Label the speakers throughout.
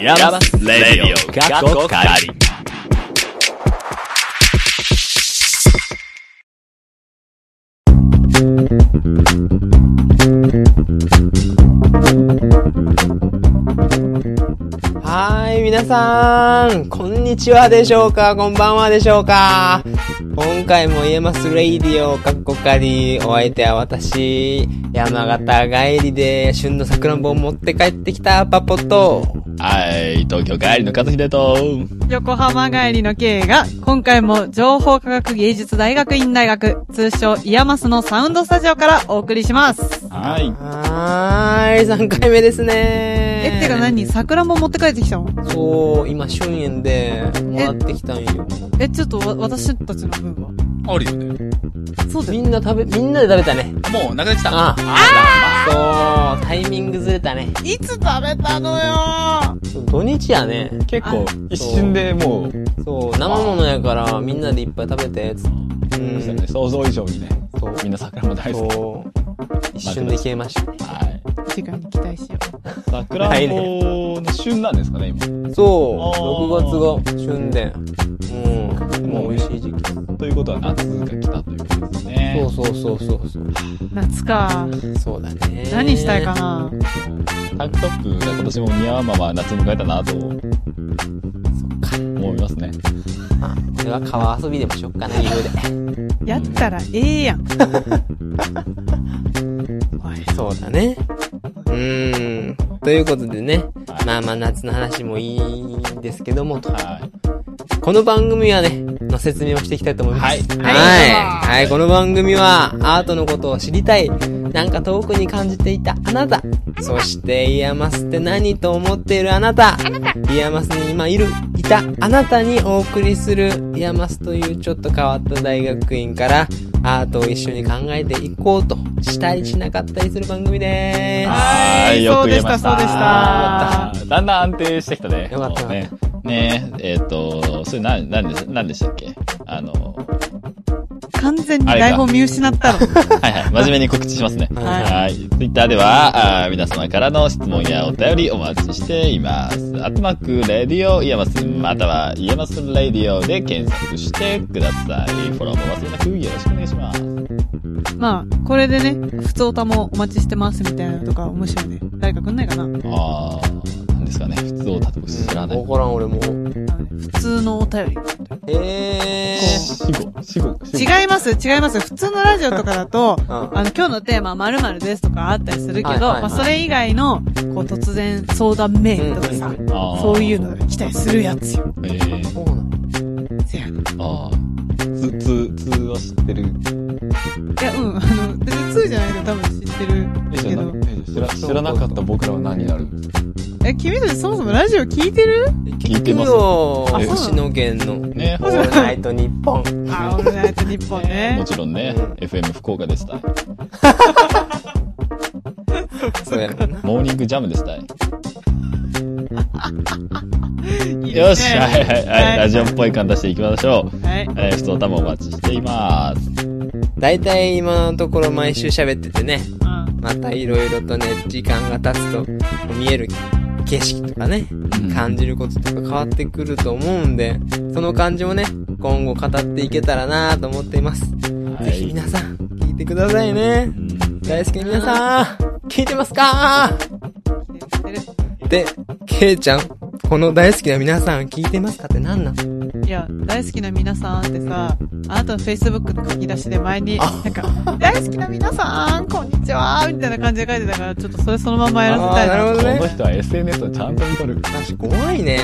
Speaker 1: ヤマスレディオ過去仮
Speaker 2: はーい、皆さん、こんにちはでしょうかこんばんはでしょうか今回も言えますレイディオ、かっこかり、お相手は私、山形帰りで旬の桜んぼを持って帰ってきたパポと、
Speaker 1: はい、東京帰りの和秀と、
Speaker 3: 横浜帰りの K が、今回も情報科学芸術大学院大学、通称イヤマスのサウンドスタジオからお送りします。
Speaker 1: はい。
Speaker 2: はーい、3回目ですね
Speaker 3: え、てか何桜も持って帰ってきたの
Speaker 2: そう、今、旬園でもらってきたんよ。
Speaker 3: え、ちょっとわ私たちの分は
Speaker 4: あるよね。
Speaker 3: そうだ
Speaker 2: み
Speaker 3: よ。
Speaker 2: んな食べ、みんなで食べたね。
Speaker 4: もう、なくなってきた。
Speaker 2: あ
Speaker 4: あ
Speaker 2: あ、そう、タイミングずれたね。
Speaker 3: いつ食べたのよ
Speaker 2: 土日やね。
Speaker 1: 結構、一瞬でもう、
Speaker 2: そう、生ものやから、みんなでいっぱい食べて、つって。
Speaker 1: そ
Speaker 2: う
Speaker 1: うですよ
Speaker 2: ん。
Speaker 1: ね想像以上にね、
Speaker 2: そう
Speaker 1: みんな桜も大好き。
Speaker 2: そう。一瞬で消えましたね。
Speaker 1: はい。
Speaker 3: 次回に期待しよ
Speaker 1: 桜
Speaker 2: ない
Speaker 1: もの旬なんですかね、今。
Speaker 2: そう、
Speaker 1: あー
Speaker 2: 6月が旬で、うん、もう美味しい時期。
Speaker 1: ということは夏が来たということですね。
Speaker 2: そうそうそうそうそう。
Speaker 3: う。夏か。
Speaker 2: そうだね。
Speaker 3: 何したいかな
Speaker 1: タンクトップが今年も似合うまま夏迎えたなと、思いますね。
Speaker 2: まあ、これは川遊びでもしよっかな、理由
Speaker 3: やったらええやん。おい
Speaker 2: で。そうだね。うん。ということでね、まあまあ夏の話もいいんですけども、と
Speaker 1: はい。
Speaker 2: この番組はね、の説明をしていきたいと思います。
Speaker 1: はい
Speaker 2: はい。はい。この番組は、アートのことを知りたい。なんか遠くに感じていたあなた。そして、イヤマスって何と思っているあなた。イヤマスに今いる、いたあなたにお送りする、イヤマスというちょっと変わった大学院から、アートを一緒に考えていこうと、したりしなかったりする番組です。
Speaker 3: はい
Speaker 1: はい、よく言えました。
Speaker 3: そうでした
Speaker 1: だんだん安定してきたね。
Speaker 2: よかった
Speaker 1: もうね。ねえ、えっ、と、それな、なんで、なんでしたっけあの、
Speaker 3: 完全に台本見失 ったの。
Speaker 1: はいはい、真面目に告知しますね。
Speaker 2: はい
Speaker 1: はい。ツイッターでは、あー皆様からの質問やお便りお待ちしています。アットマーク、レディオ、イヤマス、または、イヤマスレディオで検索してください。フォローも忘れなくよろしくお願いします。
Speaker 3: まあ、これでね、普通歌もお待ちしてますみたいなのとか、面白いね。誰か来んないかな
Speaker 1: あー、なんですかね、普通をたとか知らない
Speaker 2: わ。からん、俺もう。
Speaker 3: あのね普通のお便り。
Speaker 2: えー。
Speaker 1: 死後、死後、死後。
Speaker 3: 違います、違います。普通のラジオとかだと、
Speaker 2: ん
Speaker 3: あの、今日のテーマ〇〇ですとかあったりするけど、
Speaker 2: はいはいはい
Speaker 3: まあ、それ以外の、こう、突然相談メールとかさ、
Speaker 1: あー
Speaker 3: そういうのが来たりするやつよ。
Speaker 1: えー
Speaker 2: そうなの
Speaker 3: せやな。
Speaker 1: ああ。つ、つ、通は知ってる。
Speaker 3: いや、うん、あの、別に通じゃないけど多分知ってるけど。
Speaker 4: 知ら知らなかった僕らは何になる
Speaker 3: え、君たちそもそもラジオ聞いてる
Speaker 1: 聞いてます。
Speaker 2: よ
Speaker 3: あそうなの
Speaker 2: 星野源の。
Speaker 1: ね
Speaker 2: オ。ールナイトニッポン。
Speaker 3: あ、オールナイトニッポンね
Speaker 1: も。ちろんね、FM 福岡でしたい。
Speaker 2: そうやろな。
Speaker 1: モーニングジャムでしたい。
Speaker 3: いいですね
Speaker 1: よし、はいはいはい。ラジオっぽい感出していきましょう。
Speaker 3: はい。
Speaker 1: えー、普通のもお待ちしています。
Speaker 2: 大体今のところ毎週喋っててね、またいろいろとね、時間が経つと見える景色とかね、感じることとか変わってくると思うんで、その感じもね、今後語っていけたらなと思っています。
Speaker 1: は
Speaker 2: ぜひ
Speaker 1: い。
Speaker 2: 皆さん、聞いてくださいね。
Speaker 1: うん
Speaker 2: 大好きな皆さん、聞いてますか
Speaker 3: うん知ってる知っ
Speaker 2: で、ケイちゃん、この大好きな皆さん聞いてますかって何なん
Speaker 3: てるいや、大好きな皆さんってさ、あなたの Facebook の書き出しで前に、なんか、大好きな皆さん、こんにちはみたいな感じで書いてたから、ちょっとそれそのままやらせたいな。
Speaker 2: あーなるほどね
Speaker 1: この人は SNS をちゃんと見とる。
Speaker 2: 私怖いね。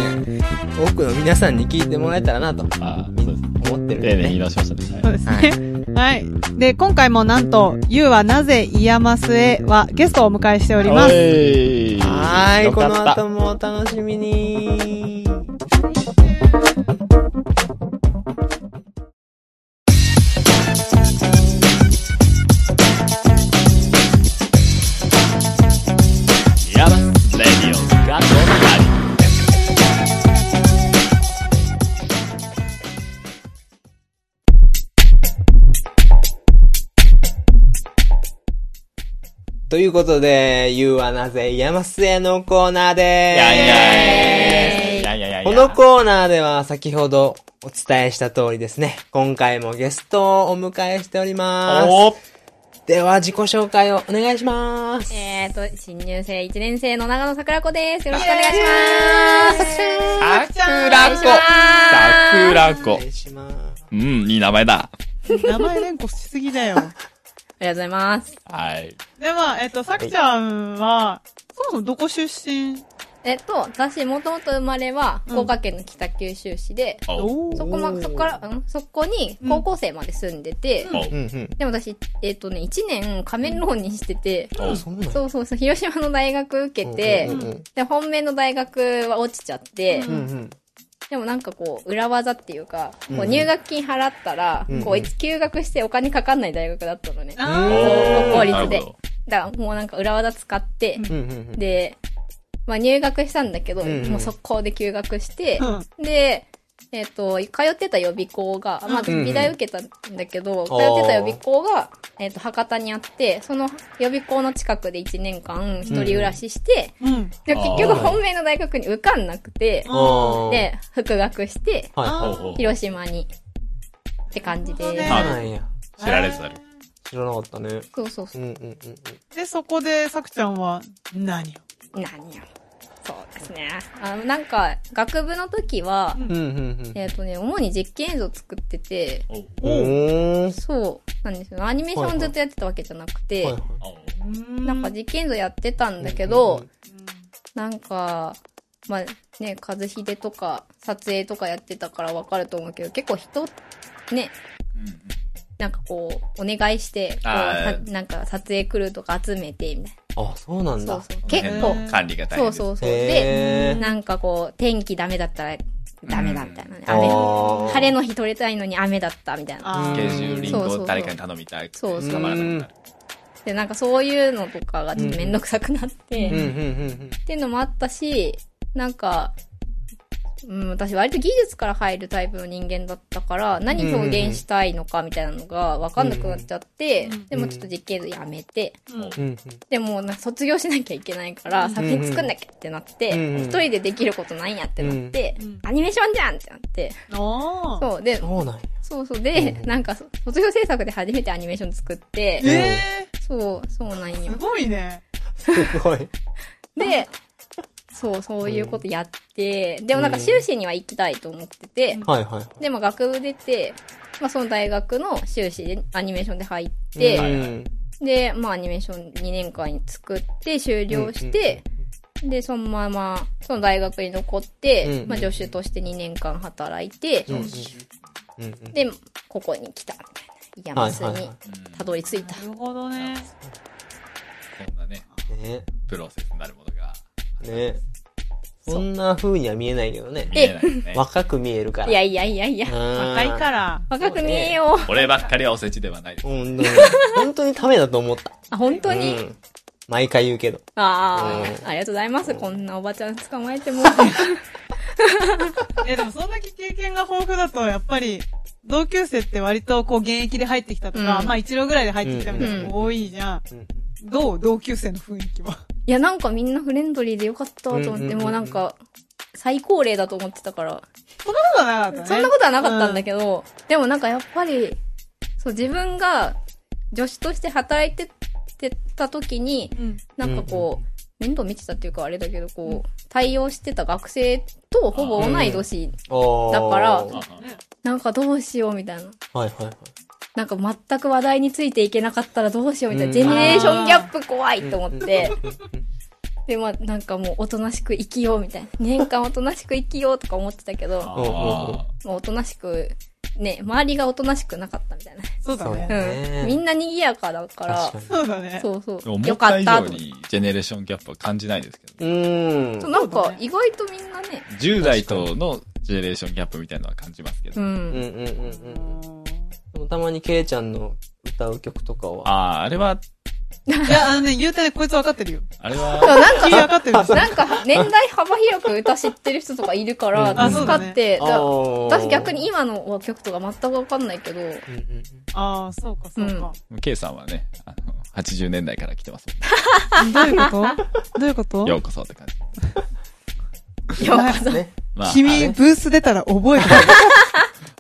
Speaker 2: 多くの皆さんに聞いてもらえたらなと
Speaker 1: ああ、そう
Speaker 2: 思ってるん
Speaker 1: です。丁
Speaker 2: で
Speaker 1: 寧に
Speaker 2: ね。
Speaker 1: 直しましたね。
Speaker 3: そうですね。はい。で、今回もなんと、ゆうはなぜイヤマスへはゲストをお迎えしております。
Speaker 1: い
Speaker 2: はーい、こ
Speaker 1: よかっ
Speaker 2: の
Speaker 1: た
Speaker 2: 後もお楽しみに。
Speaker 1: ヤバレディオがどん
Speaker 2: ということで、ゆうはなぜ山末のコーナーでーす。
Speaker 1: やいやいいやいやいや。
Speaker 2: このコーナーでは先ほどお伝えした通りですね、今回もゲストをお迎えしております。
Speaker 1: お
Speaker 2: では自己紹介をお願いします。
Speaker 5: えーと、新入生1年生の長野桜子です。よろしくお願いします。
Speaker 1: さく
Speaker 5: お願いします。あ
Speaker 1: らこ。
Speaker 2: お願いします。
Speaker 1: うん、いい名前だ。
Speaker 3: 名前連呼しすぎだよ。
Speaker 5: りがとうございます。
Speaker 1: はい。
Speaker 3: では、えっと、さきちゃんは、そもそもどこ出身
Speaker 5: えっと、私、もともと生まれは、福岡県の北九州市で、
Speaker 1: お
Speaker 5: そこま、そこから、うんそこに高校生まで住んでて、
Speaker 1: お
Speaker 2: うんうん。
Speaker 5: でも私、えっ、とね、1年仮面浪人してて、
Speaker 1: お
Speaker 2: そんなん
Speaker 5: そうそうそう、広島の大学受けて
Speaker 2: う、んうん
Speaker 5: で、本命の大学は落ちちゃって、
Speaker 3: う
Speaker 2: うんうん
Speaker 5: でもなんかこう、裏技っていうか、
Speaker 2: うん
Speaker 5: こ
Speaker 2: う
Speaker 5: うん入学金払ったら、
Speaker 2: うんうん
Speaker 5: こう、休学してお金かかんない大学だったのね。
Speaker 2: お
Speaker 3: あ
Speaker 5: ー効率で
Speaker 1: なるほど
Speaker 5: だからもうなんか裏技使って、
Speaker 2: うんうんうん。
Speaker 5: で、まあ入学したんだけど、
Speaker 2: うんうん
Speaker 5: もう速攻で休学して
Speaker 3: ー、うん。
Speaker 5: で、えっ、と、通ってた予備校が、まあ、
Speaker 2: うんうん
Speaker 5: 美大受けたんだけど、通
Speaker 2: あー
Speaker 5: ってた予備校が、えっ、と、博多にあって、その予備校の近くで1年間一人暮らしして、
Speaker 3: うん。
Speaker 5: でも結局
Speaker 2: あー
Speaker 5: 本命の大学に受かんなくて、
Speaker 2: あー、
Speaker 5: で、復学して、
Speaker 2: はい
Speaker 3: あ
Speaker 1: お
Speaker 2: は
Speaker 1: うおう
Speaker 5: 広島に、って感じ
Speaker 3: なるほど
Speaker 5: で
Speaker 2: い。
Speaker 3: ね
Speaker 1: あ
Speaker 2: そう
Speaker 1: ー
Speaker 2: なんや。
Speaker 1: 知られざる。
Speaker 2: 知らなかったね。
Speaker 5: そうそう
Speaker 2: う
Speaker 5: そ
Speaker 2: ん
Speaker 5: う。
Speaker 2: うんうんうん。
Speaker 3: で、そこで、さきちゃんは、何を
Speaker 5: 何や。そうですね。あの、なんか、学部の時は、
Speaker 3: うん
Speaker 2: うんうん
Speaker 5: えっ、とね、主に実験映像作ってて、
Speaker 1: お
Speaker 2: うん。おー。
Speaker 5: そうなんですよ。アニメーションずっとやってたわけじゃなくて、
Speaker 2: はいはい
Speaker 5: なんか実験像やってたんだけ
Speaker 2: うんうん
Speaker 5: ど
Speaker 2: うん、
Speaker 5: なんか、まあね、和秀とか撮影とかやってたからわかると思うけど、結構人、ね、なんかこう、お願いして、こう
Speaker 1: あー
Speaker 5: さなんか撮影クルーとか集めて、みたい
Speaker 2: あ、そうなん
Speaker 5: な。
Speaker 2: だ。
Speaker 5: そうそう。結構、
Speaker 1: 管理が大変で
Speaker 5: そう
Speaker 1: す。
Speaker 5: そうそう。で、
Speaker 2: へー。
Speaker 5: なんかこう、天気ダメだったらダメだみたいなね。
Speaker 2: あ
Speaker 5: 雨、
Speaker 2: ー
Speaker 5: 晴れの日撮りたいのに雨だったみたいな。
Speaker 3: あ
Speaker 1: スケ
Speaker 3: ー
Speaker 1: ジューリングを誰かに頼みたい。
Speaker 5: そうそう
Speaker 1: 捕まらなくなる。
Speaker 5: で、なんかそういうのとかがちょっとめんどくさくなって、
Speaker 2: うんうん
Speaker 5: っ
Speaker 2: うん
Speaker 5: ていうのもあったし、なんか、うん、私割と技術から入るタイプの人間だったから、何表現したいのかみたいなのがわかんなくなっちゃって、
Speaker 3: うん
Speaker 5: でもちょっと実験図やめて、
Speaker 3: うん
Speaker 2: うん。うん
Speaker 5: でもなんか卒業しなきゃいけないから、
Speaker 3: うん
Speaker 5: 作品作んなきゃってなって、
Speaker 2: うんうん
Speaker 5: 一人でできることないんやってなって、
Speaker 3: うん
Speaker 5: アニメーションじゃんってなって、
Speaker 3: あー
Speaker 5: そう、で
Speaker 2: うん。、そうなんや。
Speaker 5: そうそう。で、
Speaker 2: うん
Speaker 5: なんか、そ卒業制作で初めてアニメーション作って、
Speaker 3: え
Speaker 5: そう、そうなん
Speaker 3: ー、
Speaker 5: よ
Speaker 3: す。ごいね。
Speaker 2: すごい。
Speaker 5: で、そう、そういうことやって、でもなんか修士には行きたいと思ってて、
Speaker 2: はいはい。
Speaker 5: で、まあ学部出て、まあその大学の修士でアニメーションで入って、
Speaker 2: うん
Speaker 5: で、まあアニメーション2年間作って終了して、で、そのまま、その大学に残って、
Speaker 2: うん
Speaker 5: まあ助手として2年間働いて、
Speaker 2: うんうんうんうん
Speaker 5: で、ここに来た、みたいな。イヤマス
Speaker 2: はいはい
Speaker 5: に
Speaker 2: は
Speaker 5: たどり着いた
Speaker 3: な。るほどね。
Speaker 1: こんなね、
Speaker 2: ね
Speaker 1: プロセスになるものが
Speaker 2: ねそんな風には見えないけどね。
Speaker 1: 見えないですね。
Speaker 2: 若く見えるから。
Speaker 5: いやいやいやいや。
Speaker 2: 若
Speaker 3: 若い
Speaker 2: ら。
Speaker 3: から。
Speaker 5: 若く見えよう。
Speaker 1: 俺ばっかりはおせちではないです。
Speaker 2: うん、でも本当にためだと思った。
Speaker 5: あ、 本当に、
Speaker 2: うん毎回言うけど。
Speaker 5: あ
Speaker 2: う
Speaker 5: あ、ありがとうございます。こんなおばちゃん捕まえても。
Speaker 3: え、でもそんだけ経験が豊富だと、やっぱり、同級生って割とこう現役で入ってきたとか、
Speaker 5: うん
Speaker 3: まあ一郎ぐらいで入ってきたみたいなのが多いじゃん。どう同級生の雰囲気は。
Speaker 5: いや、なんかみんなフレンドリーでよかったと思って、
Speaker 2: うんうんうんうん
Speaker 5: もうなんか、最高齢だと思ってたから、
Speaker 3: そんなことはなかったね。
Speaker 5: そんなことはなかったんだけど、でもなんかやっぱり、そう、自分が女子として働いててた時に、
Speaker 3: うん。
Speaker 5: なんかこう、面倒見てたっていうかあれだけど、こう、対応してた学生とほぼ同い年、
Speaker 2: だ
Speaker 5: だか
Speaker 2: は
Speaker 5: ら
Speaker 2: い
Speaker 5: なんかどうしようみたいな。
Speaker 2: はいはい。
Speaker 5: なんか全く話題についていけなかったらどうしようみたい
Speaker 2: う
Speaker 5: な、
Speaker 2: ん
Speaker 5: ジェネレーションギャップ怖いと思って、で、まあなんかもうおとなしく生きようみたいな、年間おとなしく生きようとか思ってたけど、
Speaker 2: うんうんうん
Speaker 1: あ
Speaker 5: もうおとなしく、ね、周りがおとなしくなかったみたい
Speaker 3: そうだ
Speaker 2: そうだ
Speaker 3: ね。
Speaker 5: な。
Speaker 2: ね
Speaker 5: うん。みんな賑やかだから
Speaker 2: 確か、に。
Speaker 3: そうだね。
Speaker 5: そうそ
Speaker 1: ー
Speaker 5: う。
Speaker 1: 思
Speaker 5: よ
Speaker 1: っ
Speaker 5: か
Speaker 1: た以
Speaker 5: った
Speaker 1: 上
Speaker 5: と思って
Speaker 1: にジェネレーションギャップは感じないですけどね。
Speaker 2: うーん。
Speaker 5: そうなん
Speaker 3: そう
Speaker 5: か
Speaker 3: だね
Speaker 5: 意外とみんなね、
Speaker 1: 10代とのジェネレーションギャップみたいなのは感じますけ
Speaker 5: う
Speaker 1: ど。
Speaker 2: うんうん
Speaker 5: ん。
Speaker 2: うんうんでも。たまにケイちゃんの歌う曲とかは。
Speaker 1: ああー、あれは、
Speaker 3: いや、あのね、言うてね、こいつ分かってるよ。
Speaker 1: あれ
Speaker 5: そう
Speaker 1: は、
Speaker 5: なんか
Speaker 3: 君、分かってるよ。
Speaker 5: なんか年代幅広く歌知ってる人とかいるか
Speaker 2: うんあ
Speaker 5: ら、
Speaker 2: そ
Speaker 5: 助
Speaker 2: う
Speaker 5: か
Speaker 3: だ
Speaker 5: っ
Speaker 3: ね
Speaker 5: て、だから
Speaker 2: 私
Speaker 5: 私逆に。今の曲とか全くわかんないけど、
Speaker 2: うんうんうん
Speaker 3: ああ、そうか、そうか。
Speaker 1: K さんはね、あの、80年代から来てますもんね
Speaker 3: どういうことどういうこと
Speaker 1: ようこそって感じ。
Speaker 5: ようこそ
Speaker 2: ね。
Speaker 1: まあ、はい
Speaker 3: 君、ブース出たら覚えてる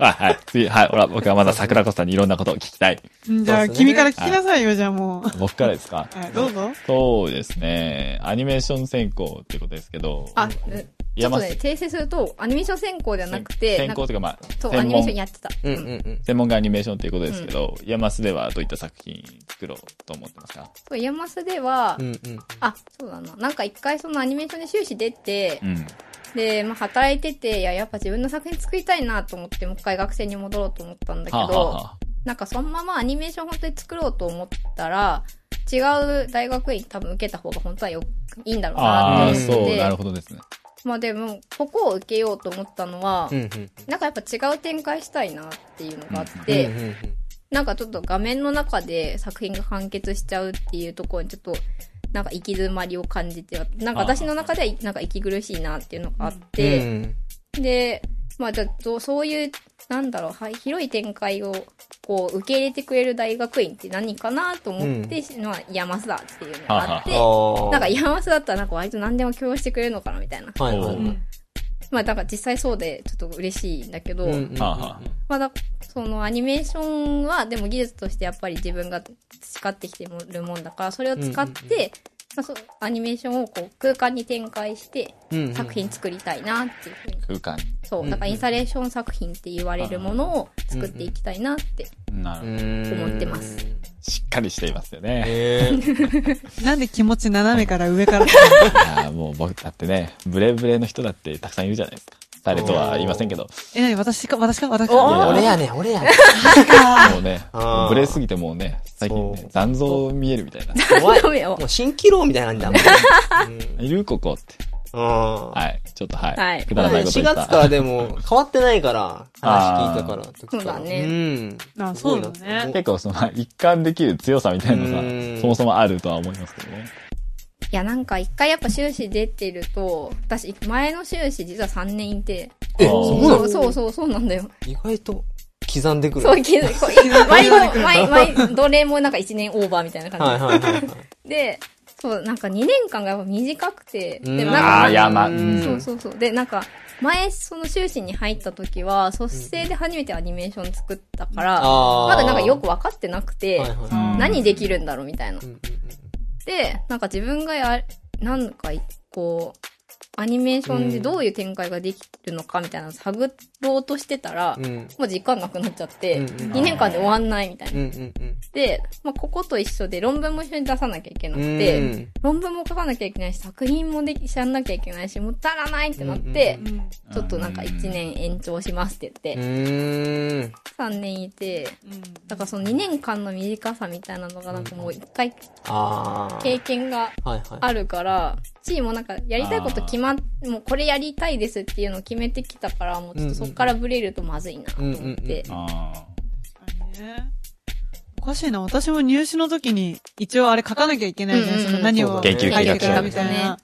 Speaker 1: あはい。次、はい。ほら、僕はまだ桜子さんにいろんなことを聞きたい。
Speaker 3: うん。 じゃあ、
Speaker 2: そうですね
Speaker 3: 君から聞きなさいよ、じゃあもう。
Speaker 1: 僕からですか
Speaker 3: はい、どうぞ。
Speaker 1: そうですね。アニメーション専攻ってことですけど。
Speaker 3: あ、
Speaker 5: ちょっと
Speaker 1: 山
Speaker 5: ね、
Speaker 1: 瀬
Speaker 5: 訂正すると、アニメーション専攻ではなくて、
Speaker 1: 専攻というか、まあ、
Speaker 5: そう、ア
Speaker 1: 専
Speaker 5: ニメ
Speaker 1: 門
Speaker 5: ーション、やってた。
Speaker 2: うんうんうん。
Speaker 1: 専門がアニメーションということですけど、イヤマスではどういった作品作ろうと思ってますか
Speaker 5: そう、ヤマスでは、
Speaker 2: うんうん。
Speaker 5: あ、そうだな。なんか一回そのアニメーションで終始出て、
Speaker 1: うん。
Speaker 5: で、まあ働いてて、いや、やっぱ自分の作品作りたいなと思って、もう一回学生に戻ろうと思ったんだけど、
Speaker 1: はあはあはあ
Speaker 5: なんかそのままアニメーション本当に作ろうと思ったら、違う大学院多分受けた方が本当はよいいんだろう
Speaker 1: あ
Speaker 5: な
Speaker 1: あ、
Speaker 5: って思っ
Speaker 1: そう、なる
Speaker 5: て、
Speaker 1: ほどですね。
Speaker 5: まあでも、ここを受けようと思ったのは、
Speaker 2: うんうん。
Speaker 5: なんかやっぱ違う展開したいなっていうのがあって、
Speaker 2: うんうんうん、
Speaker 5: なんかちょっと画面の中で作品が完結しちゃうっていうところにちょっと、なんか行き詰まりを感じて、なんか私の中ではなんか息苦しいなっていうのがあって、で、まあじゃあそうそういう、なんだろう、はい、広い展開をこう受け入れてくれる大学院って何かなと思って、まあ山須だっていうのがあって、
Speaker 2: あ
Speaker 5: なんか山須だったらなんか割と何でも許容してくれるのかなみたいな。
Speaker 2: あ。はいはいは
Speaker 1: う
Speaker 2: い。
Speaker 1: ん
Speaker 5: まあなんか実際そうでちょっと嬉しいんだけど、
Speaker 2: うんうんうん
Speaker 1: はあはあ
Speaker 5: まあだそのアニメーションはでも技術としてやっぱり自分が培ってきてるもんだからそれを使って、
Speaker 2: うんうん
Speaker 5: まあ、そうアニメーションをこう空間に展開して
Speaker 2: うんうん
Speaker 5: 作品作りたいなっていうふうに
Speaker 1: 空間。
Speaker 2: う
Speaker 5: そ
Speaker 2: ん
Speaker 5: う
Speaker 2: うん
Speaker 5: だからインスタレーション作品って言われるものを作っていきたいなって
Speaker 1: なるほど。
Speaker 5: 思ってます。
Speaker 1: しっかりしていますよね。
Speaker 2: え
Speaker 3: なんで気持ち斜めから上 から。
Speaker 1: いやーもう僕だってね、ブレブレの人だってたくさんいるじゃないですか。誰とは言いませんけど。
Speaker 3: え、なに私か、私か、私
Speaker 1: おー
Speaker 3: か。
Speaker 2: 俺やねん、俺やねん。
Speaker 1: もうね
Speaker 2: あー、
Speaker 1: ブレすぎてもうね、最近
Speaker 2: そ
Speaker 1: ね
Speaker 2: う、
Speaker 1: 残像見えるみたいな。
Speaker 2: 怖
Speaker 5: ダメ
Speaker 2: い。
Speaker 5: よ
Speaker 2: もう蜃気楼みたいな感じだもん。うん
Speaker 1: いるここって。
Speaker 2: あー
Speaker 1: はい。ちょっとはい。
Speaker 5: はい
Speaker 1: くだらないこと
Speaker 2: 4
Speaker 1: 言った。
Speaker 2: 月からでも変わってないから、話聞いたから。
Speaker 5: そうだね
Speaker 2: うん。
Speaker 3: あそうだね
Speaker 1: 結構その、一貫できる強さみたいな
Speaker 2: う
Speaker 1: の
Speaker 2: ーん
Speaker 1: さ、そもそもあるとは思いますけどね。
Speaker 5: いやなんか一回やっぱ修士出てると私前の修士実は3年いて
Speaker 2: え、
Speaker 1: あー
Speaker 2: そうな
Speaker 5: そ
Speaker 2: の
Speaker 5: うそうそうそうなんだよ
Speaker 2: 意外と刻んでくる。
Speaker 5: そ
Speaker 2: は
Speaker 5: う
Speaker 2: い
Speaker 5: 気づこう毎度毎 毎どれもなんか1年オーバーみたいな感じ
Speaker 2: はいはいはい。
Speaker 5: で、そう、なんか2年間がやっぱ短くて、
Speaker 2: うん
Speaker 5: でもなんか、
Speaker 1: ああー、いや、まあ、う。
Speaker 2: ー
Speaker 5: そうんそうそう。で、なんか、前、その修士に入った時は、卒生で初めてアニメーション作ったから、
Speaker 2: あー
Speaker 5: まだなんかよく分かってなくて、
Speaker 2: はいは
Speaker 5: 何できるんだろうみたいな。
Speaker 2: い。うん
Speaker 5: で、なんか自分がや、なんか、こう、アニメーションでどういう展開ができるのかみたいなのを探ろうとしてたら、
Speaker 2: うんうん。
Speaker 5: もう時間なくなっちゃって、
Speaker 2: うんうん
Speaker 5: 2年間で終わんないみたいな
Speaker 2: う。んうんうん
Speaker 5: で、まあ、ここと一緒で論文も一緒に出さなきゃいけな
Speaker 2: う
Speaker 5: く
Speaker 2: ん。
Speaker 5: て、
Speaker 2: うん
Speaker 5: 論文も書かなきゃいけないし、作品もでき、やんなきゃいけないし、もったいないってなって
Speaker 2: う、
Speaker 3: うん
Speaker 5: ちょっとなんか1年延長しますって
Speaker 2: う
Speaker 5: 言って、
Speaker 2: ーん。
Speaker 5: 3年いて、
Speaker 3: うん
Speaker 5: だからその2年間の短さみたいなのがなんかもう1回
Speaker 2: ああ。
Speaker 5: 経験が
Speaker 2: はいは
Speaker 5: あるから、チームもなんかやりたいこと決まっ、もうこれやりたいですっていうのを決めてきたから、もうちょっとそっからブレるとまずいなと思って、
Speaker 1: あ
Speaker 3: ねおかしいな。私も入試の時に、一応あれ書かなきゃいけないじゃ。
Speaker 5: うんんうん
Speaker 3: その何を書いて
Speaker 1: 研究計画書
Speaker 3: るかみたいな。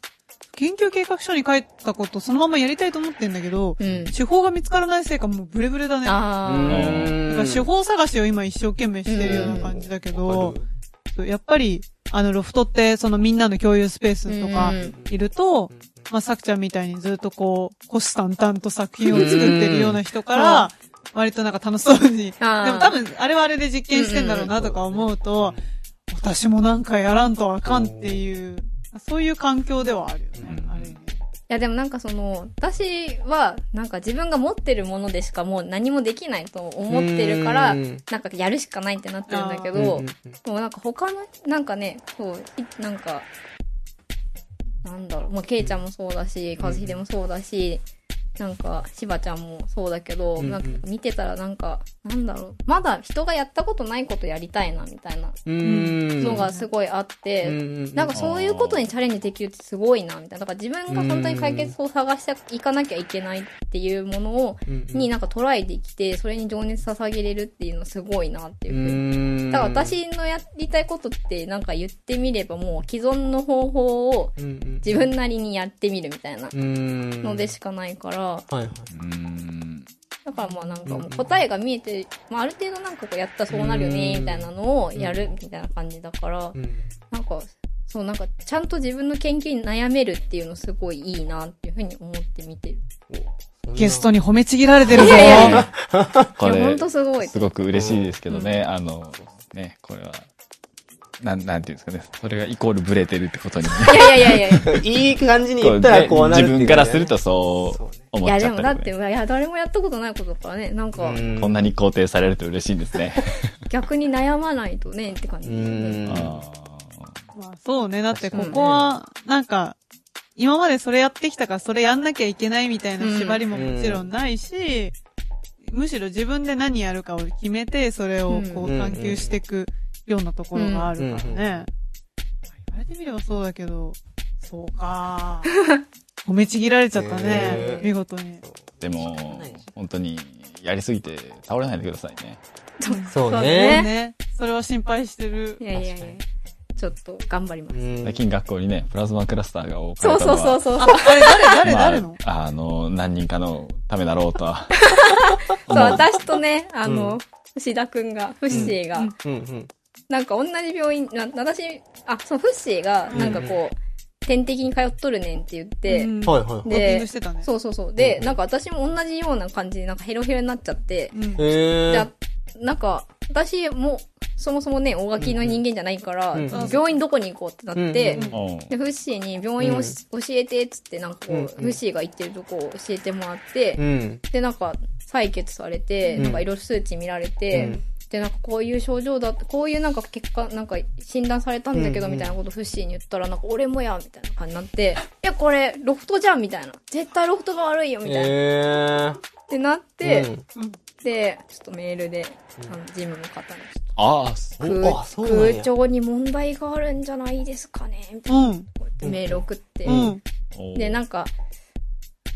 Speaker 3: 研究計画書に書いたこと、そのままやりたいと思ってんだけど、
Speaker 5: うん。
Speaker 3: 手法が見つからないせいかもうブレブレだね。だか
Speaker 2: い。
Speaker 5: あー、
Speaker 2: ー
Speaker 3: ら手法探しを今一生懸命してるような感じだけど、やっぱり、あの、ロフトって、そのみんなの共有スペースとか
Speaker 5: うん
Speaker 3: いると、まあ、さくちゃんみたいにずっとこう、虎視眈々と作品を作ってるような人から、割となんか楽しそうに。で
Speaker 5: あー
Speaker 3: も多分、あれはあれで実験してんだろうなとか思うと、私もなんかやらんとあかんっていう、そういう環境ではあるよね
Speaker 1: うん。
Speaker 3: ある意味
Speaker 5: いやでもなんかその、私はなんか自分が持ってるものでしかもう何もできないと思ってるから、
Speaker 2: う
Speaker 5: なん
Speaker 2: ん
Speaker 5: かやるしかないってなってるんだけ
Speaker 2: うん
Speaker 5: ど
Speaker 2: うん、
Speaker 5: もうなんか他の、なんかね、そう、いなんか、なんだろう、まあ、ケイちゃんもそうだし、和秀もそうだし、なんか、しばちゃんもそうだけど、
Speaker 2: うんうん
Speaker 5: なんか見てたらなんか、なんだろう、まだ人がやったことないことやりたいな、みたいな
Speaker 2: うん。
Speaker 5: のがすごいあって、
Speaker 2: うん、
Speaker 5: なんかそういうことにチャレンジできるってすごいな、みたいな。だから自分が本当に解決を探していかなきゃいけないっていうものを、
Speaker 2: うんうん
Speaker 5: になんかトライできて、それに情熱捧げれるっていうのすごいなっていううふうに。
Speaker 2: ん。
Speaker 5: だから私のやりたいことってなんか言ってみればもう既存の方法を
Speaker 2: うんうん、
Speaker 5: 自分なりにやってみるみたいな
Speaker 2: うん
Speaker 5: のでしかないから、
Speaker 2: はいはい。
Speaker 1: ーうーん。
Speaker 5: だからまあなんかもう答えが見えて、まあある程度なんかこうやったらそうなるよね、みたいなのをやるみたいな感じだから、
Speaker 2: うん
Speaker 5: なんか、そう、なんか、ちゃんと自分の研究に悩めるっていうのすごいいいなっていういうふうに思って見てる。
Speaker 3: ゲストに褒めちぎられてるぞ。
Speaker 5: い
Speaker 1: こ
Speaker 5: や、ほ
Speaker 1: れ
Speaker 5: んとすごい。
Speaker 1: すごく嬉しいですけどね、あの、ね、これは、なん、なんていうんですかね、それがイコールブレてるってことに、ね、
Speaker 5: いやいやいやいや。
Speaker 2: いい感じに言ったらこうなるってい
Speaker 1: 自
Speaker 2: う、
Speaker 1: 分からするとそう思
Speaker 5: い
Speaker 1: っちゃ
Speaker 5: や、
Speaker 1: ったりね
Speaker 5: でもだって、いや、誰もやったことないことだからね、なん
Speaker 2: う
Speaker 5: か、
Speaker 2: ん。
Speaker 1: こんなに肯定されると嬉しいんですね。
Speaker 5: 逆に悩まないとね、って感じ
Speaker 2: う
Speaker 5: ですね。
Speaker 2: ん。
Speaker 1: あ
Speaker 3: まあそうね。だってここは、なんか、今までそれやってきたからそれやんなきゃいけないみたいな縛りももちろんないし、むしろ自分で何やるかを決めて、それをこう
Speaker 2: うん
Speaker 3: 探求していくようなところがあるからね。
Speaker 2: うんうん
Speaker 3: 言われてみればそうだけど、そうか。 褒めちぎられちゃったね
Speaker 2: ね。
Speaker 3: 見事に。
Speaker 1: ーでも、本当に、やりすぎて倒れないでくださいね。
Speaker 2: そう
Speaker 5: そう
Speaker 2: ね。
Speaker 3: ね。それは心配してる
Speaker 5: い。やいやいや。ちょっと頑張ります。
Speaker 2: うん
Speaker 1: 最近学校にね、プラズマクラスターが多か
Speaker 5: そ
Speaker 1: っ
Speaker 5: う
Speaker 1: た
Speaker 5: そうそう
Speaker 1: う。
Speaker 5: そう。
Speaker 3: あれ誰誰
Speaker 1: ま
Speaker 3: 誰の
Speaker 1: あ、あの、何人かのためだろうとは。
Speaker 5: そう、私とね、あの、牛田くんが、フッシーが、
Speaker 3: うん
Speaker 2: うんうん。
Speaker 5: なんか同じ病院、な私、あ、そう、フッシーが、なんかこう、点滴に通っとるねんって言って、
Speaker 3: うん
Speaker 2: はいはいはい。
Speaker 3: ドーピン
Speaker 5: で
Speaker 3: グしてたね。
Speaker 5: そうそうそう。で、なんか私も同じような感じで、なんかヘロヘロになっちゃって、
Speaker 3: うん。
Speaker 2: へ
Speaker 5: じ
Speaker 2: ー
Speaker 5: ゃ。なんか、私も、そもそもね、大垣の人間じゃないから、
Speaker 2: うんうん
Speaker 5: 病院どこに行こうってなって、
Speaker 2: うんう
Speaker 1: う
Speaker 2: ん
Speaker 1: ん。
Speaker 5: で、フッシーに病院をし、教えてっつって、なんかこう、
Speaker 2: うんうん
Speaker 5: フッシーが行ってるとこを教えてもらって、
Speaker 2: うん。
Speaker 5: で、なんか、採血されて、
Speaker 2: うん
Speaker 5: なんか色々数値見られて、
Speaker 2: うん
Speaker 5: で、なんかこういう症状だって、こういうなんか結果、なんか診断されたんだけど、
Speaker 2: うんうん
Speaker 5: みたいなことフッシーに言ったら、なんか俺もや、みたいな感じになって、いや、これ、ロフトじゃん、みたいな。絶対ロフトが悪いよ、みたいな。っ
Speaker 2: えー。
Speaker 5: てなって、
Speaker 2: うん
Speaker 5: で、ちょっとメールで、あの、ジムの方に、
Speaker 1: ああ、そ
Speaker 5: 空
Speaker 2: あそうなんや
Speaker 5: 空調に問題があるんじゃないですかねみたいな
Speaker 3: うん。
Speaker 5: こうやってメール送って、
Speaker 3: うん。
Speaker 1: う。
Speaker 5: でなんか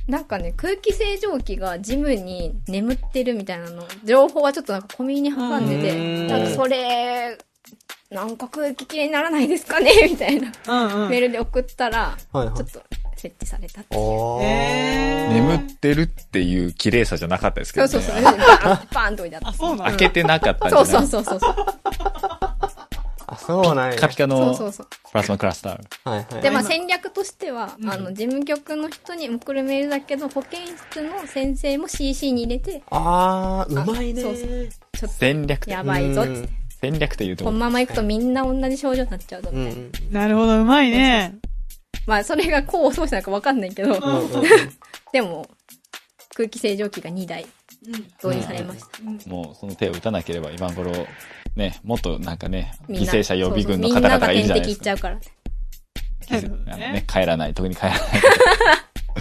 Speaker 5: なんかね空気清浄機がジムに眠ってるみたいなの情報はちょっとなんか小耳に挟んで
Speaker 2: う
Speaker 5: て
Speaker 2: ん
Speaker 5: なんかそれなんか空気きれいにならないですかね みたいな
Speaker 3: うんうん
Speaker 5: メー。ルで送ったらち
Speaker 2: はい
Speaker 5: ょ
Speaker 2: は
Speaker 5: っ
Speaker 2: い
Speaker 5: と設置されたっていう
Speaker 2: おー。
Speaker 3: えー
Speaker 1: 眠ってるっていう綺麗さじゃなかったですけど
Speaker 5: そう
Speaker 1: ね。
Speaker 5: そうそうバーンってバーンと置いてあ
Speaker 3: あ、
Speaker 5: っ
Speaker 3: そうな
Speaker 1: 開
Speaker 3: の
Speaker 1: けてなかった
Speaker 5: た
Speaker 1: んじゃな
Speaker 5: そう
Speaker 1: い
Speaker 5: そうそうそうそう
Speaker 2: あ、そうなんや。
Speaker 1: ピカピカ
Speaker 5: そ
Speaker 1: の
Speaker 5: うそうそう
Speaker 1: プラズマクラスター。
Speaker 2: はいはい。
Speaker 5: で、まあ、
Speaker 3: 今
Speaker 5: 戦略としては、あの、事務局の人に送るメールだけど、保健室の先生も CC に入れて、
Speaker 2: あー、うまいね。
Speaker 5: あそうそうちょっ
Speaker 1: 戦略
Speaker 5: と、
Speaker 1: 的
Speaker 5: やばいぞっつ
Speaker 2: う
Speaker 5: っ
Speaker 2: ん
Speaker 5: て。
Speaker 1: 戦略というと
Speaker 5: このまま行くとみんな同じ症状になっちゃうぞ、み
Speaker 2: う
Speaker 5: たい
Speaker 2: ん
Speaker 5: な。
Speaker 2: うん。
Speaker 3: なるほど、うまいね。
Speaker 5: まあ、それがこうそうしたのかわかんないけど、
Speaker 2: うんうん
Speaker 5: でも、空気清浄機が2台、導入されました。
Speaker 1: もうその手を打たなければ今頃、ね、もっとなんかね、
Speaker 5: みん
Speaker 1: 犠
Speaker 5: な。
Speaker 1: 牲者予備軍の
Speaker 5: そうそう
Speaker 1: 方々がいるじゃな
Speaker 5: みんなが点
Speaker 1: い
Speaker 5: 滴
Speaker 1: で
Speaker 5: 行
Speaker 1: す
Speaker 5: っち
Speaker 1: か。
Speaker 5: ゃうから。
Speaker 3: けど
Speaker 1: あの
Speaker 3: ね
Speaker 1: ね、帰らない、特に帰らない。い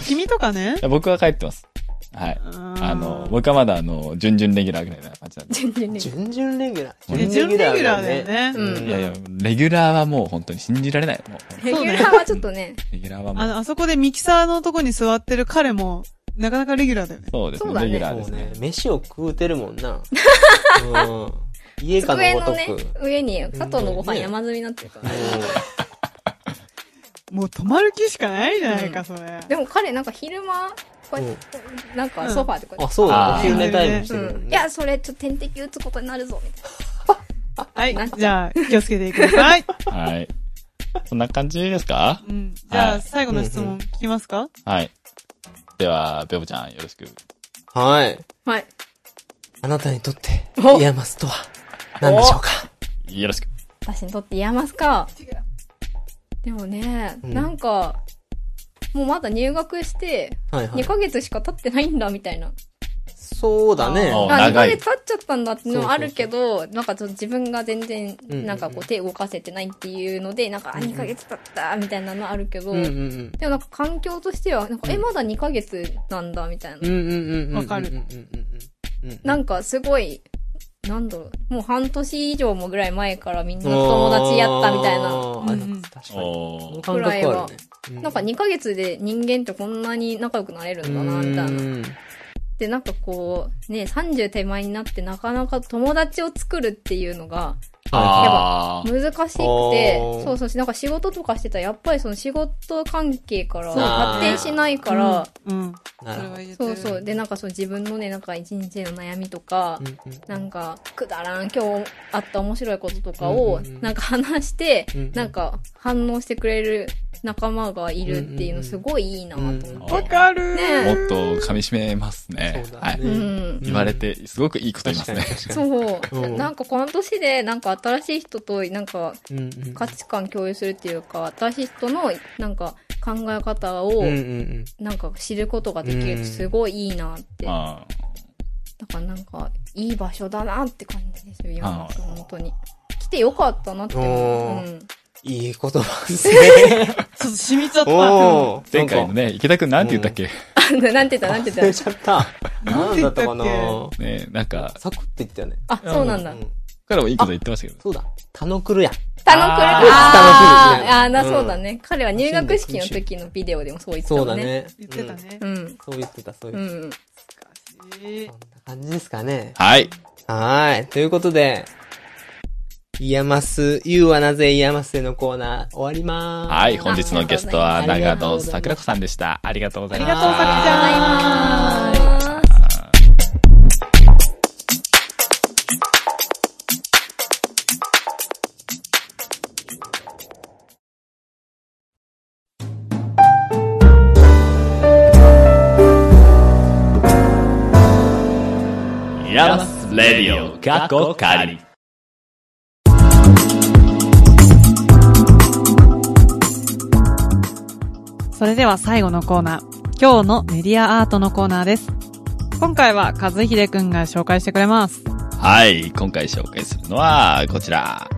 Speaker 3: 君とかね。
Speaker 1: や僕は帰ってます。はい。あ
Speaker 3: あ
Speaker 1: の、、僕はまだあの、準々レギュラーぐらいな感じなんで。
Speaker 5: 全然ね。
Speaker 2: 準々レギュラー。
Speaker 3: ね準レギュラーだよ
Speaker 2: ね。
Speaker 3: ね。
Speaker 5: うん
Speaker 1: いやいや、レギュラーはもう本当に信じられない。もう
Speaker 5: レギュラーはちょっとね、
Speaker 1: レギュラーはも
Speaker 3: あの、
Speaker 1: う。
Speaker 3: あそこでミキサーのとこに座ってる彼も、なかなかレギュラーだよね。
Speaker 1: そうです
Speaker 5: そ
Speaker 1: ね
Speaker 5: うだね
Speaker 1: レギュラーで
Speaker 2: そ
Speaker 1: す
Speaker 2: うね
Speaker 1: ね。。
Speaker 2: 飯を食うてるもんな。うん。家か
Speaker 5: 机
Speaker 2: のご
Speaker 5: の
Speaker 2: と
Speaker 5: ね
Speaker 2: く。うん、
Speaker 5: 上に、佐藤のご飯山積みになってるから。
Speaker 3: もう止まる気しかないじゃないか、それ。
Speaker 5: でも彼なんか昼間、こうやって、なんかソファーでこうや
Speaker 2: あ、
Speaker 5: って。
Speaker 2: そうだ
Speaker 1: あ
Speaker 2: ね。
Speaker 1: ー
Speaker 2: 昼寝タイムしてるも
Speaker 5: うんん、い
Speaker 2: ね。
Speaker 5: や、それ、ちょっと点滴打つことになるぞ、みたいな。
Speaker 3: はい、じゃあ、気をつけてください。
Speaker 1: はい。そんな感じですか
Speaker 3: うん。じゃあ、最後の質問聞きますか
Speaker 1: はい。では、ベボちゃんよろしく。
Speaker 2: はい。
Speaker 5: はい。
Speaker 2: あなたにとって
Speaker 5: お、
Speaker 2: イヤマスとは、何でしょうか
Speaker 1: よろしく。
Speaker 5: 私にとってやますか。でもね、
Speaker 2: うん
Speaker 5: なんか、もうまだ入学して、
Speaker 2: はいは
Speaker 5: 2
Speaker 2: い。
Speaker 5: ヶ月しか経ってないんだ、みたいな。
Speaker 2: そうだね。
Speaker 1: あ
Speaker 5: あ、2
Speaker 1: 長
Speaker 5: ヶ
Speaker 1: い
Speaker 5: 月経っちゃったんだってのはあるけど、なんかちょっと自分が全然、
Speaker 2: うん
Speaker 5: なんかこう手動かせてないっていうので、なんか、あ、2ヶ月経った、みたいなのあるけど、
Speaker 2: うんうんうん。
Speaker 5: でもなんか環境としては、なんか、え、まだ2ヶ月なんだ、みたいな
Speaker 2: うん。うんうんうん。
Speaker 3: わかる
Speaker 2: うんうんうんうん。
Speaker 5: なんかすごい、なんだろう、もう半年以上もぐらい前からみんな友達やったみたい
Speaker 2: あ
Speaker 5: な。
Speaker 2: ー
Speaker 3: うんうん
Speaker 2: 確かに。そ
Speaker 1: おー
Speaker 2: の感覚あるね。う
Speaker 5: なんか2ヶ月で人間ってこんなに仲良くなれるんだな、みたいな。
Speaker 2: うん
Speaker 5: で、なんかこう、ね、30手前になってなかなか友達を作るっていうのが
Speaker 1: あー。
Speaker 5: 難しく
Speaker 2: あー
Speaker 5: て、そうそうし、なんか仕事とかしてたらやっぱりその仕事関係から
Speaker 2: そう
Speaker 5: 発展しないから、
Speaker 3: うん。
Speaker 2: なる
Speaker 3: それ
Speaker 2: ほど。
Speaker 3: は言えて
Speaker 5: そう
Speaker 3: る。
Speaker 5: そう。で、なんかその自分のね、なんか一日の悩みとか、
Speaker 2: うんうん
Speaker 5: なんか、くだらん、今日あった面白いこととかを
Speaker 2: うんうんう、ん
Speaker 5: なんか話して
Speaker 2: うんうん、
Speaker 5: なんか反応してくれる仲間がいるっていうのすごいいいなと思って。
Speaker 3: わかる
Speaker 5: ね
Speaker 3: ー。
Speaker 4: もっと噛み締めますね。
Speaker 2: そう
Speaker 4: は
Speaker 2: だ
Speaker 4: い。
Speaker 5: う
Speaker 2: ね。
Speaker 5: ん。
Speaker 4: 言われて、すごくいいこと言い
Speaker 2: 確
Speaker 4: ま
Speaker 2: か
Speaker 4: す
Speaker 2: に
Speaker 4: ね。
Speaker 2: 確か
Speaker 5: そうう。
Speaker 2: ん
Speaker 5: なんかこの年で、なんか新しい人と、なんか
Speaker 2: に。うんうん
Speaker 5: 価値観共有するっていうか、新しい人の、なんか考え方を、
Speaker 2: うんうん
Speaker 5: なんか知ることができるってすごいいいなって。だ
Speaker 4: あ
Speaker 5: からなんか、いい場所だなって感じですよ、今
Speaker 4: あー
Speaker 5: 本当に。来てよかったなって
Speaker 2: お
Speaker 5: 思う。う
Speaker 2: ー
Speaker 5: ん。
Speaker 2: うん。いい言葉ですね。
Speaker 3: そう、染みちゃった。うん
Speaker 2: おー。
Speaker 4: 前回のね、池田くんなんて言ったっけ、
Speaker 5: あのなん て言った、なんて
Speaker 2: 忘
Speaker 5: 言
Speaker 2: れ
Speaker 5: った。
Speaker 2: ちゃった。
Speaker 3: なん
Speaker 2: 何だ
Speaker 3: て言
Speaker 2: っ
Speaker 3: っ
Speaker 2: た
Speaker 3: たっけ
Speaker 2: かな
Speaker 4: ねなんか、
Speaker 2: サクって言ったよね。
Speaker 5: あ、そうなんだ
Speaker 2: う。ん
Speaker 4: からもいいこと言ってましたけど。
Speaker 2: そうだ。田の来るやん。
Speaker 5: 田
Speaker 4: あ
Speaker 5: 野くる。
Speaker 2: ー
Speaker 5: あーあー、な、
Speaker 2: うん
Speaker 5: そうだね。彼は入学式の時のビデオでもそう言ってた
Speaker 2: そ
Speaker 5: も
Speaker 2: うんだ
Speaker 5: ね。
Speaker 2: ね。
Speaker 3: 言ってたね
Speaker 5: う。ん。
Speaker 2: うん。そう言ってた、そう
Speaker 5: う
Speaker 2: 言って
Speaker 5: ん。
Speaker 3: 難しい
Speaker 2: た。そんな感じですかね。
Speaker 4: はい。
Speaker 2: はーい。ということで、イヤマス、ユーはなぜイヤマスへのコーナー終わりまーす。
Speaker 4: はい。本日のゲストは、
Speaker 2: ありが
Speaker 4: 長
Speaker 2: とうござい
Speaker 4: 野
Speaker 2: ます
Speaker 4: 桜子さんでした。ありがとうござい
Speaker 3: あ
Speaker 4: ま
Speaker 3: りが
Speaker 4: す。
Speaker 3: とう、さきちゃん。
Speaker 5: あー
Speaker 1: ヤマスレディオ過去仮。
Speaker 3: それでは最後のコーナー。今日のメディアアートのコーナーです。今回は和秀くんが紹介してくれます。
Speaker 1: はい、今回紹介するのは、こちら。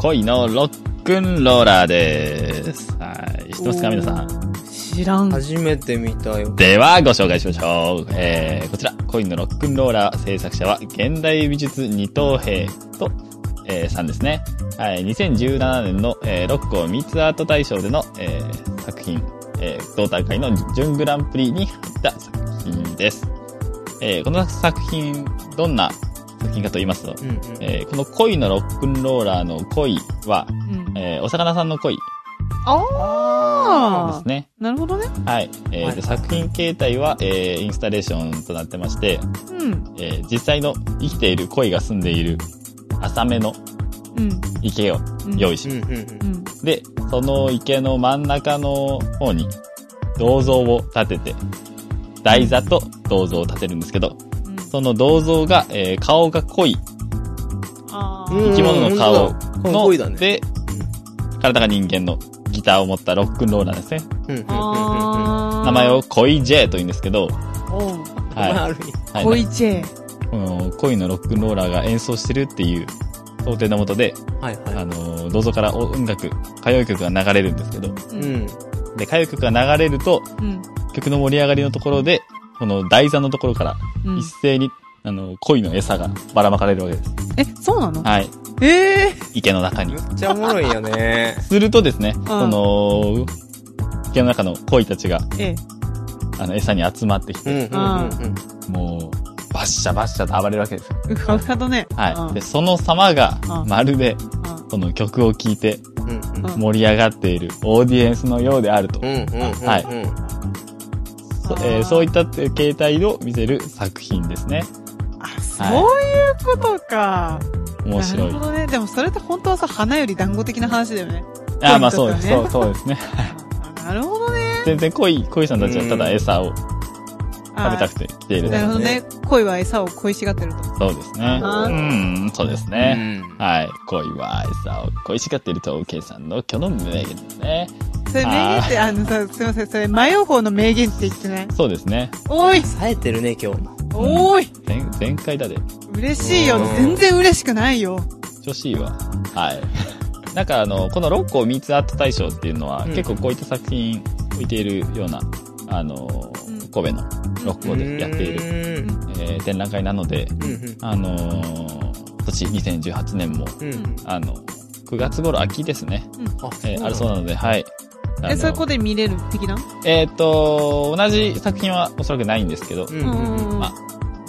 Speaker 1: 恋のロックンローラーです。はい、知ってますか皆さん。
Speaker 3: 知らん。
Speaker 2: 初めて見たよ。
Speaker 1: ではご紹介しましょう。えー、こちら、コインのロックンローラー制作者は現代美術二等兵と、えーさんですね。はい、2017年の、えー、六甲ミーツアート大賞での、えー作品、えー同大会の準グランプリに入った作品です。えーこの作品、どんな作品かと言いますと
Speaker 2: う、んうん。
Speaker 1: えーこの恋のロックンローラーの恋は、
Speaker 3: うん。
Speaker 1: えーお魚さんの恋で
Speaker 3: あ
Speaker 1: すね。
Speaker 3: あ。なるほどね。
Speaker 1: はい。えー
Speaker 2: はい
Speaker 1: で作品形態は、えーインスタレーションとなってまして、
Speaker 3: うん。
Speaker 1: えー実際の生きている鯉が住んでいる浅めの
Speaker 3: うん。
Speaker 1: 池を
Speaker 3: うん
Speaker 1: 用意し
Speaker 2: う
Speaker 1: ま
Speaker 2: ん
Speaker 1: す。
Speaker 2: うんうん
Speaker 3: う。ん。
Speaker 1: で、その池の真ん中の方に銅像を立てて、台座と銅像を立てるんですけど、
Speaker 3: うん
Speaker 1: その銅像が、えー顔が鯉、
Speaker 3: あ
Speaker 2: うん
Speaker 1: 生
Speaker 3: ー
Speaker 1: き物の顔
Speaker 2: 本当だ
Speaker 1: の、
Speaker 2: 鯉だね
Speaker 1: で、体が人間のギターを持ったロックンローラーですね。
Speaker 2: うんうんうんうんうん。
Speaker 3: あー。
Speaker 1: 名前を恋 J と言うんですけど、
Speaker 3: おう。
Speaker 1: はい。は
Speaker 2: 悪い。
Speaker 1: い
Speaker 3: 恋 J。
Speaker 1: この恋のロックンローラーが演奏してるっていう想定のもとで、
Speaker 2: はい
Speaker 1: あ
Speaker 2: は
Speaker 1: の、銅像から音楽、歌謡曲が流れるんですけど、
Speaker 2: い。うん。
Speaker 1: で、歌謡曲が流れると、
Speaker 3: うん。
Speaker 1: 曲の盛り上がりのところで、この台座のところから、
Speaker 3: うん
Speaker 1: 一。斉に、あの、恋の餌がばらまかれるわけです。
Speaker 3: え、そうなの
Speaker 1: はい。
Speaker 3: ええ。
Speaker 1: 池の中に
Speaker 2: め。っちゃおもろい よね。
Speaker 1: するとですね、その、池の中の恋たちが、
Speaker 3: ええ。
Speaker 1: あの、餌に集まってき
Speaker 2: うんうん
Speaker 1: て、
Speaker 2: うんうん。
Speaker 1: もう、バッシャバッシャと暴れるわけですよ。
Speaker 3: うかうかだね。
Speaker 1: はい。で、その様が
Speaker 3: う、ん
Speaker 1: まるで、
Speaker 3: うんうん
Speaker 1: この曲を聴いて、
Speaker 2: うん
Speaker 3: うん
Speaker 1: 盛り上がっているオーディエンスのようであると、
Speaker 2: うんうんうん。。
Speaker 1: はいそ
Speaker 3: あー
Speaker 1: えーそういった形態を見せる作品ですね
Speaker 3: あ、そういうことか。
Speaker 1: 面白
Speaker 3: なる
Speaker 1: い
Speaker 3: ほどね。でもそれって本当はさ、花より団子的な話だよね。
Speaker 1: あーまあそうです、
Speaker 3: ポイン
Speaker 1: そうそう ですね
Speaker 3: あなるほどね。
Speaker 1: 全然恋恋さんたちはただ餌を食べ
Speaker 3: あ
Speaker 1: たくて来ている
Speaker 3: な
Speaker 1: だ
Speaker 3: る
Speaker 1: け
Speaker 3: ほどね。恋は餌を恋しがってると。
Speaker 1: そうですね
Speaker 3: あー
Speaker 1: うんそうです
Speaker 4: う
Speaker 1: ね、
Speaker 4: ん
Speaker 1: はい恋は餌を恋しがっていると K さんの今日の名言ですね
Speaker 3: それ名言って、あのさ、すいません、それ迷う方の名言って言ってない
Speaker 1: そうですね
Speaker 3: おい
Speaker 2: 冴えてるね、今日も。
Speaker 3: おい
Speaker 1: 前前回だで
Speaker 3: 嬉しいよ
Speaker 2: うん。
Speaker 3: 全然嬉しくないよ。
Speaker 1: 女子ははい なんかあのこの六甲三つアート大賞っていうのは、
Speaker 2: うん
Speaker 1: 結構こういった作品置いているようなあの、
Speaker 3: うん
Speaker 1: 神戸の六甲でやっている、
Speaker 2: る
Speaker 1: えー展覧会なので、
Speaker 2: うんうん。
Speaker 1: あのー今年2018年も、
Speaker 2: うん。
Speaker 1: あの、9月頃秋ですね、
Speaker 2: あ、
Speaker 1: えーあるそう
Speaker 2: う
Speaker 1: なので、はい。あ
Speaker 3: え、
Speaker 1: の
Speaker 3: そういう子で見れる的な
Speaker 1: えっ、と、同じ作品はおそらくないんですけど、
Speaker 2: なんだ。うんうんうん。
Speaker 3: うん
Speaker 1: あ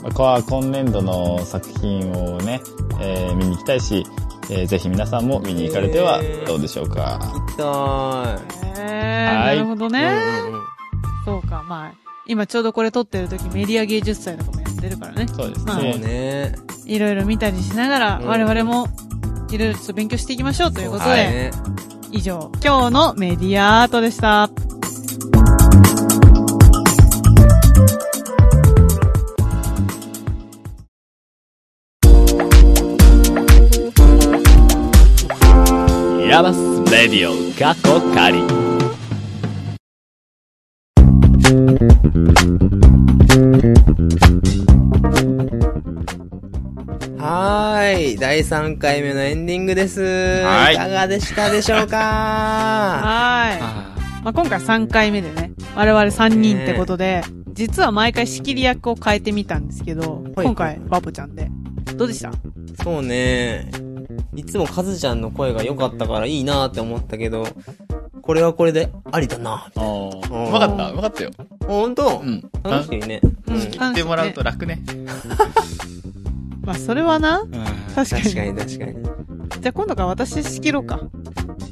Speaker 1: 僕は今年度の作品をね、えー見に行きたいし、えーぜひ皆さんも見に行かれてはどうでしょうか。
Speaker 2: 行きた
Speaker 3: えー、
Speaker 1: は
Speaker 3: ないるほど
Speaker 2: い。
Speaker 3: ね。
Speaker 2: うんうんうん
Speaker 3: そうか、まあ。今ちょうどこれ撮ってる時メディア芸術祭とかもやってるからね。
Speaker 1: そうです
Speaker 3: まあ
Speaker 2: そう
Speaker 1: ね。
Speaker 2: ね。
Speaker 3: いろいろ見たりしながら、
Speaker 2: うん
Speaker 3: 我々もいろいろちょっと勉強していきましょうということ
Speaker 2: は
Speaker 3: で、
Speaker 2: ね
Speaker 3: イ以上、今日のメディアアートでした。
Speaker 1: イヤマスレディオ過去仮
Speaker 2: はーい。第3回目のエンディングです。
Speaker 1: はい
Speaker 2: いかがでしたでしょう か
Speaker 3: は
Speaker 4: あ
Speaker 3: ーい。まあ、今回3回目でね、我々3人ってことで、実は毎回仕切り役を変えてみたんですけど、
Speaker 2: はい
Speaker 3: 今回、バボちゃんで。どうでした
Speaker 2: そうね。いつもカズちゃんの声が良かったからいいなーって思ったけど、これはこれでありだな。
Speaker 4: あー
Speaker 2: うん
Speaker 4: うまかった、うまかったよ。
Speaker 2: ほんと
Speaker 4: うん。
Speaker 2: 楽しいね。うん
Speaker 3: うん
Speaker 4: 言ってもらうと楽ね。
Speaker 3: まあ、それはな、
Speaker 4: うん。あ、
Speaker 3: 確かに。
Speaker 2: 確かに確かに。
Speaker 3: じゃあ今度から私仕切ろうか。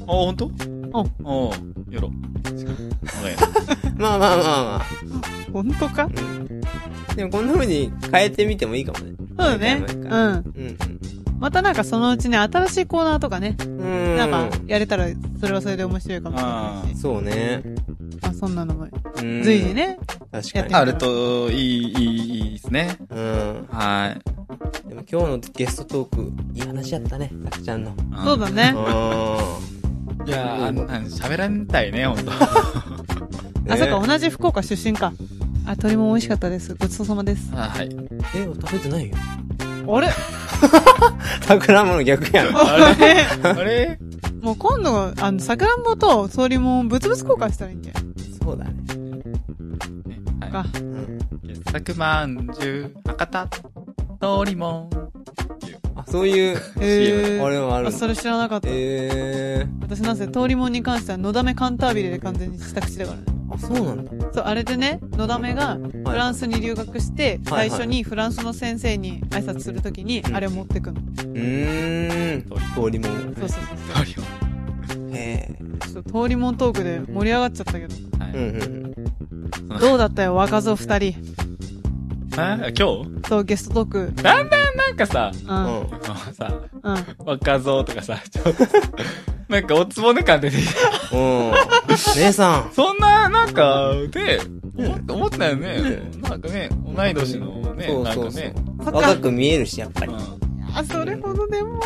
Speaker 4: ほんとおうん。やろう。わか
Speaker 2: まあまあまあま
Speaker 3: 本当か
Speaker 2: あ。でもこんな風に変えてみてもいいかもね。
Speaker 3: そうだね。
Speaker 2: 毎回毎
Speaker 3: う
Speaker 2: 回
Speaker 3: ん。
Speaker 2: うん
Speaker 3: またなんかそのうちね、新しいコーナーとかね、
Speaker 2: うん。うん。
Speaker 3: なんかやれたら、それはそれで面白いかもしれないし。
Speaker 2: そうね。
Speaker 3: まあそんなのも、
Speaker 2: うん
Speaker 3: 随時。ね。
Speaker 2: 確か
Speaker 3: やってみ
Speaker 2: に
Speaker 3: た。
Speaker 4: あると、いい、いい、いいですね。
Speaker 2: うん。
Speaker 4: はい。
Speaker 2: でも今日のゲストトーク、いい話やったね、さくちゃんの。
Speaker 3: そうだね。
Speaker 2: う
Speaker 4: いやー、あんなん喋らんたいね、ほんと。
Speaker 2: ん。
Speaker 3: あ、そっ
Speaker 2: ね
Speaker 3: か、同じ福岡出身か。あ、鶏も美味しかったです。ごちそうさまです。
Speaker 4: あはい。
Speaker 2: え、食べてないよ。
Speaker 3: あ れ
Speaker 2: 桜もの逆やん。
Speaker 4: あれあれ
Speaker 3: もう今度、あの、桜んぼと総理も物々交換したらいいんだよ。
Speaker 2: そうだね。
Speaker 4: は
Speaker 3: か。
Speaker 2: うん。
Speaker 4: い。傑作まんじゅう、博多、通りもん。
Speaker 2: あ、そういう、
Speaker 3: へ
Speaker 2: あれ
Speaker 3: ー。
Speaker 2: もある
Speaker 3: あ、それ知らなかった。
Speaker 2: え
Speaker 3: 私なんせ、通りもんに関しては、のだめカンタービレで完全にした口だからね。
Speaker 2: ー。あ、そうなんだ。
Speaker 3: そう、あれでね、のだめが、フランスに留学して、
Speaker 2: はい
Speaker 3: 最初にフランスの先生に挨拶するときに
Speaker 2: う、ん
Speaker 3: あれを持ってくの。
Speaker 2: うーん。通りもん。
Speaker 3: そうそうそう
Speaker 4: 通りもん。
Speaker 2: へ
Speaker 3: そう。ちょっと通りもんトークで盛り上がっちゃったけど。
Speaker 4: はい
Speaker 2: え。う。んうん。
Speaker 3: どうだったよ、若造二人。
Speaker 4: あ今日
Speaker 3: そう、ゲストトーク。
Speaker 4: だんだんなんかさ、
Speaker 2: う
Speaker 3: う。
Speaker 2: んん。
Speaker 4: さ、
Speaker 3: うん。
Speaker 4: 若造とかさ、ちょっとさ、なんかおつぼね感出てきた。
Speaker 2: うん。姉さん。
Speaker 4: そんな、なんか、で、思った思ったよね。なんかね、同い年のね、
Speaker 2: そう
Speaker 4: なん
Speaker 2: そう
Speaker 4: か
Speaker 2: そう
Speaker 4: ね。。
Speaker 3: そっ
Speaker 2: 若
Speaker 3: か。
Speaker 2: く見えるし、やっぱり。
Speaker 4: う
Speaker 3: あ、それほどでも。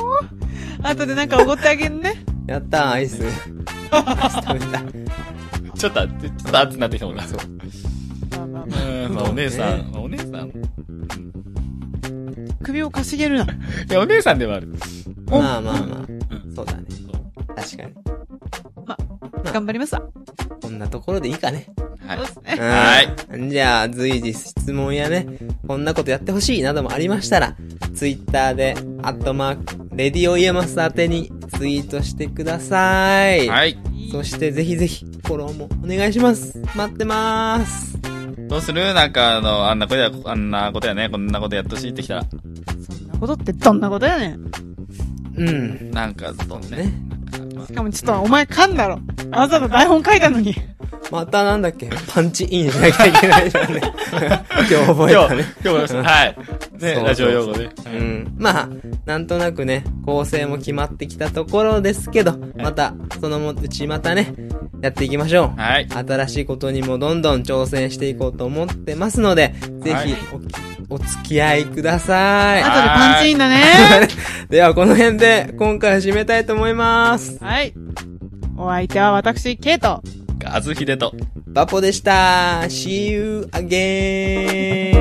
Speaker 3: 後でなんかおごってあげんね。
Speaker 2: やったー、アイス。アイス食べた。
Speaker 4: んちょっと、ちょっと熱くなってきたもんな。う
Speaker 3: まあまあまあ
Speaker 4: ん、まあお姉さん、まあお姉さん。い
Speaker 3: 首をかしげるな。
Speaker 4: や、お姉さんではある。
Speaker 2: まあまあまあ。
Speaker 4: うん
Speaker 2: そうだね。確かに。
Speaker 3: 頑張りますわ。
Speaker 2: こんなところでいいかね。
Speaker 4: はい
Speaker 3: そうですね。
Speaker 2: はい。じゃあ、随時質問やね、こんなことやってほしいなどもありましたら、ツイッターで、アットマーク、レディオイエマス宛てにツイートしてください。
Speaker 4: はい。
Speaker 2: そして、ぜひぜひ、フォローもお願いします。待ってまーす。
Speaker 4: どうするなんか、あの、あんなことや、あんなことやね、こんなことやってほしいってきたら、
Speaker 3: そんなことってどんなことやねん。
Speaker 2: うん。
Speaker 4: なんか、どんね。
Speaker 2: ね。
Speaker 3: しかもちょっとお前噛んだろ。わざと台本書いたのに。
Speaker 2: またなんだっけ、パンチインしなきゃいけないじゃん ね。今日覚え
Speaker 4: 今
Speaker 2: た
Speaker 4: 日、
Speaker 2: ね。
Speaker 4: 今日、はい。ね、
Speaker 2: そう
Speaker 4: ラジオ用語で。
Speaker 2: う
Speaker 4: はい
Speaker 2: ん、まあ、なんとなくね、構成も決まってきたところですけど、また、そのもうちまたね、やっていきましょう。
Speaker 4: はい。
Speaker 2: 新しいことにもどんどん挑戦していこうと思ってますので、ぜ
Speaker 4: はい
Speaker 2: ひお、お付き合いください。
Speaker 3: 後でパンチインだ ね。
Speaker 2: では、この辺で、今回は締めたいと思います。
Speaker 3: はい。お相手は私、ケイト。
Speaker 4: カズヒデと。
Speaker 2: バポでした。See you again!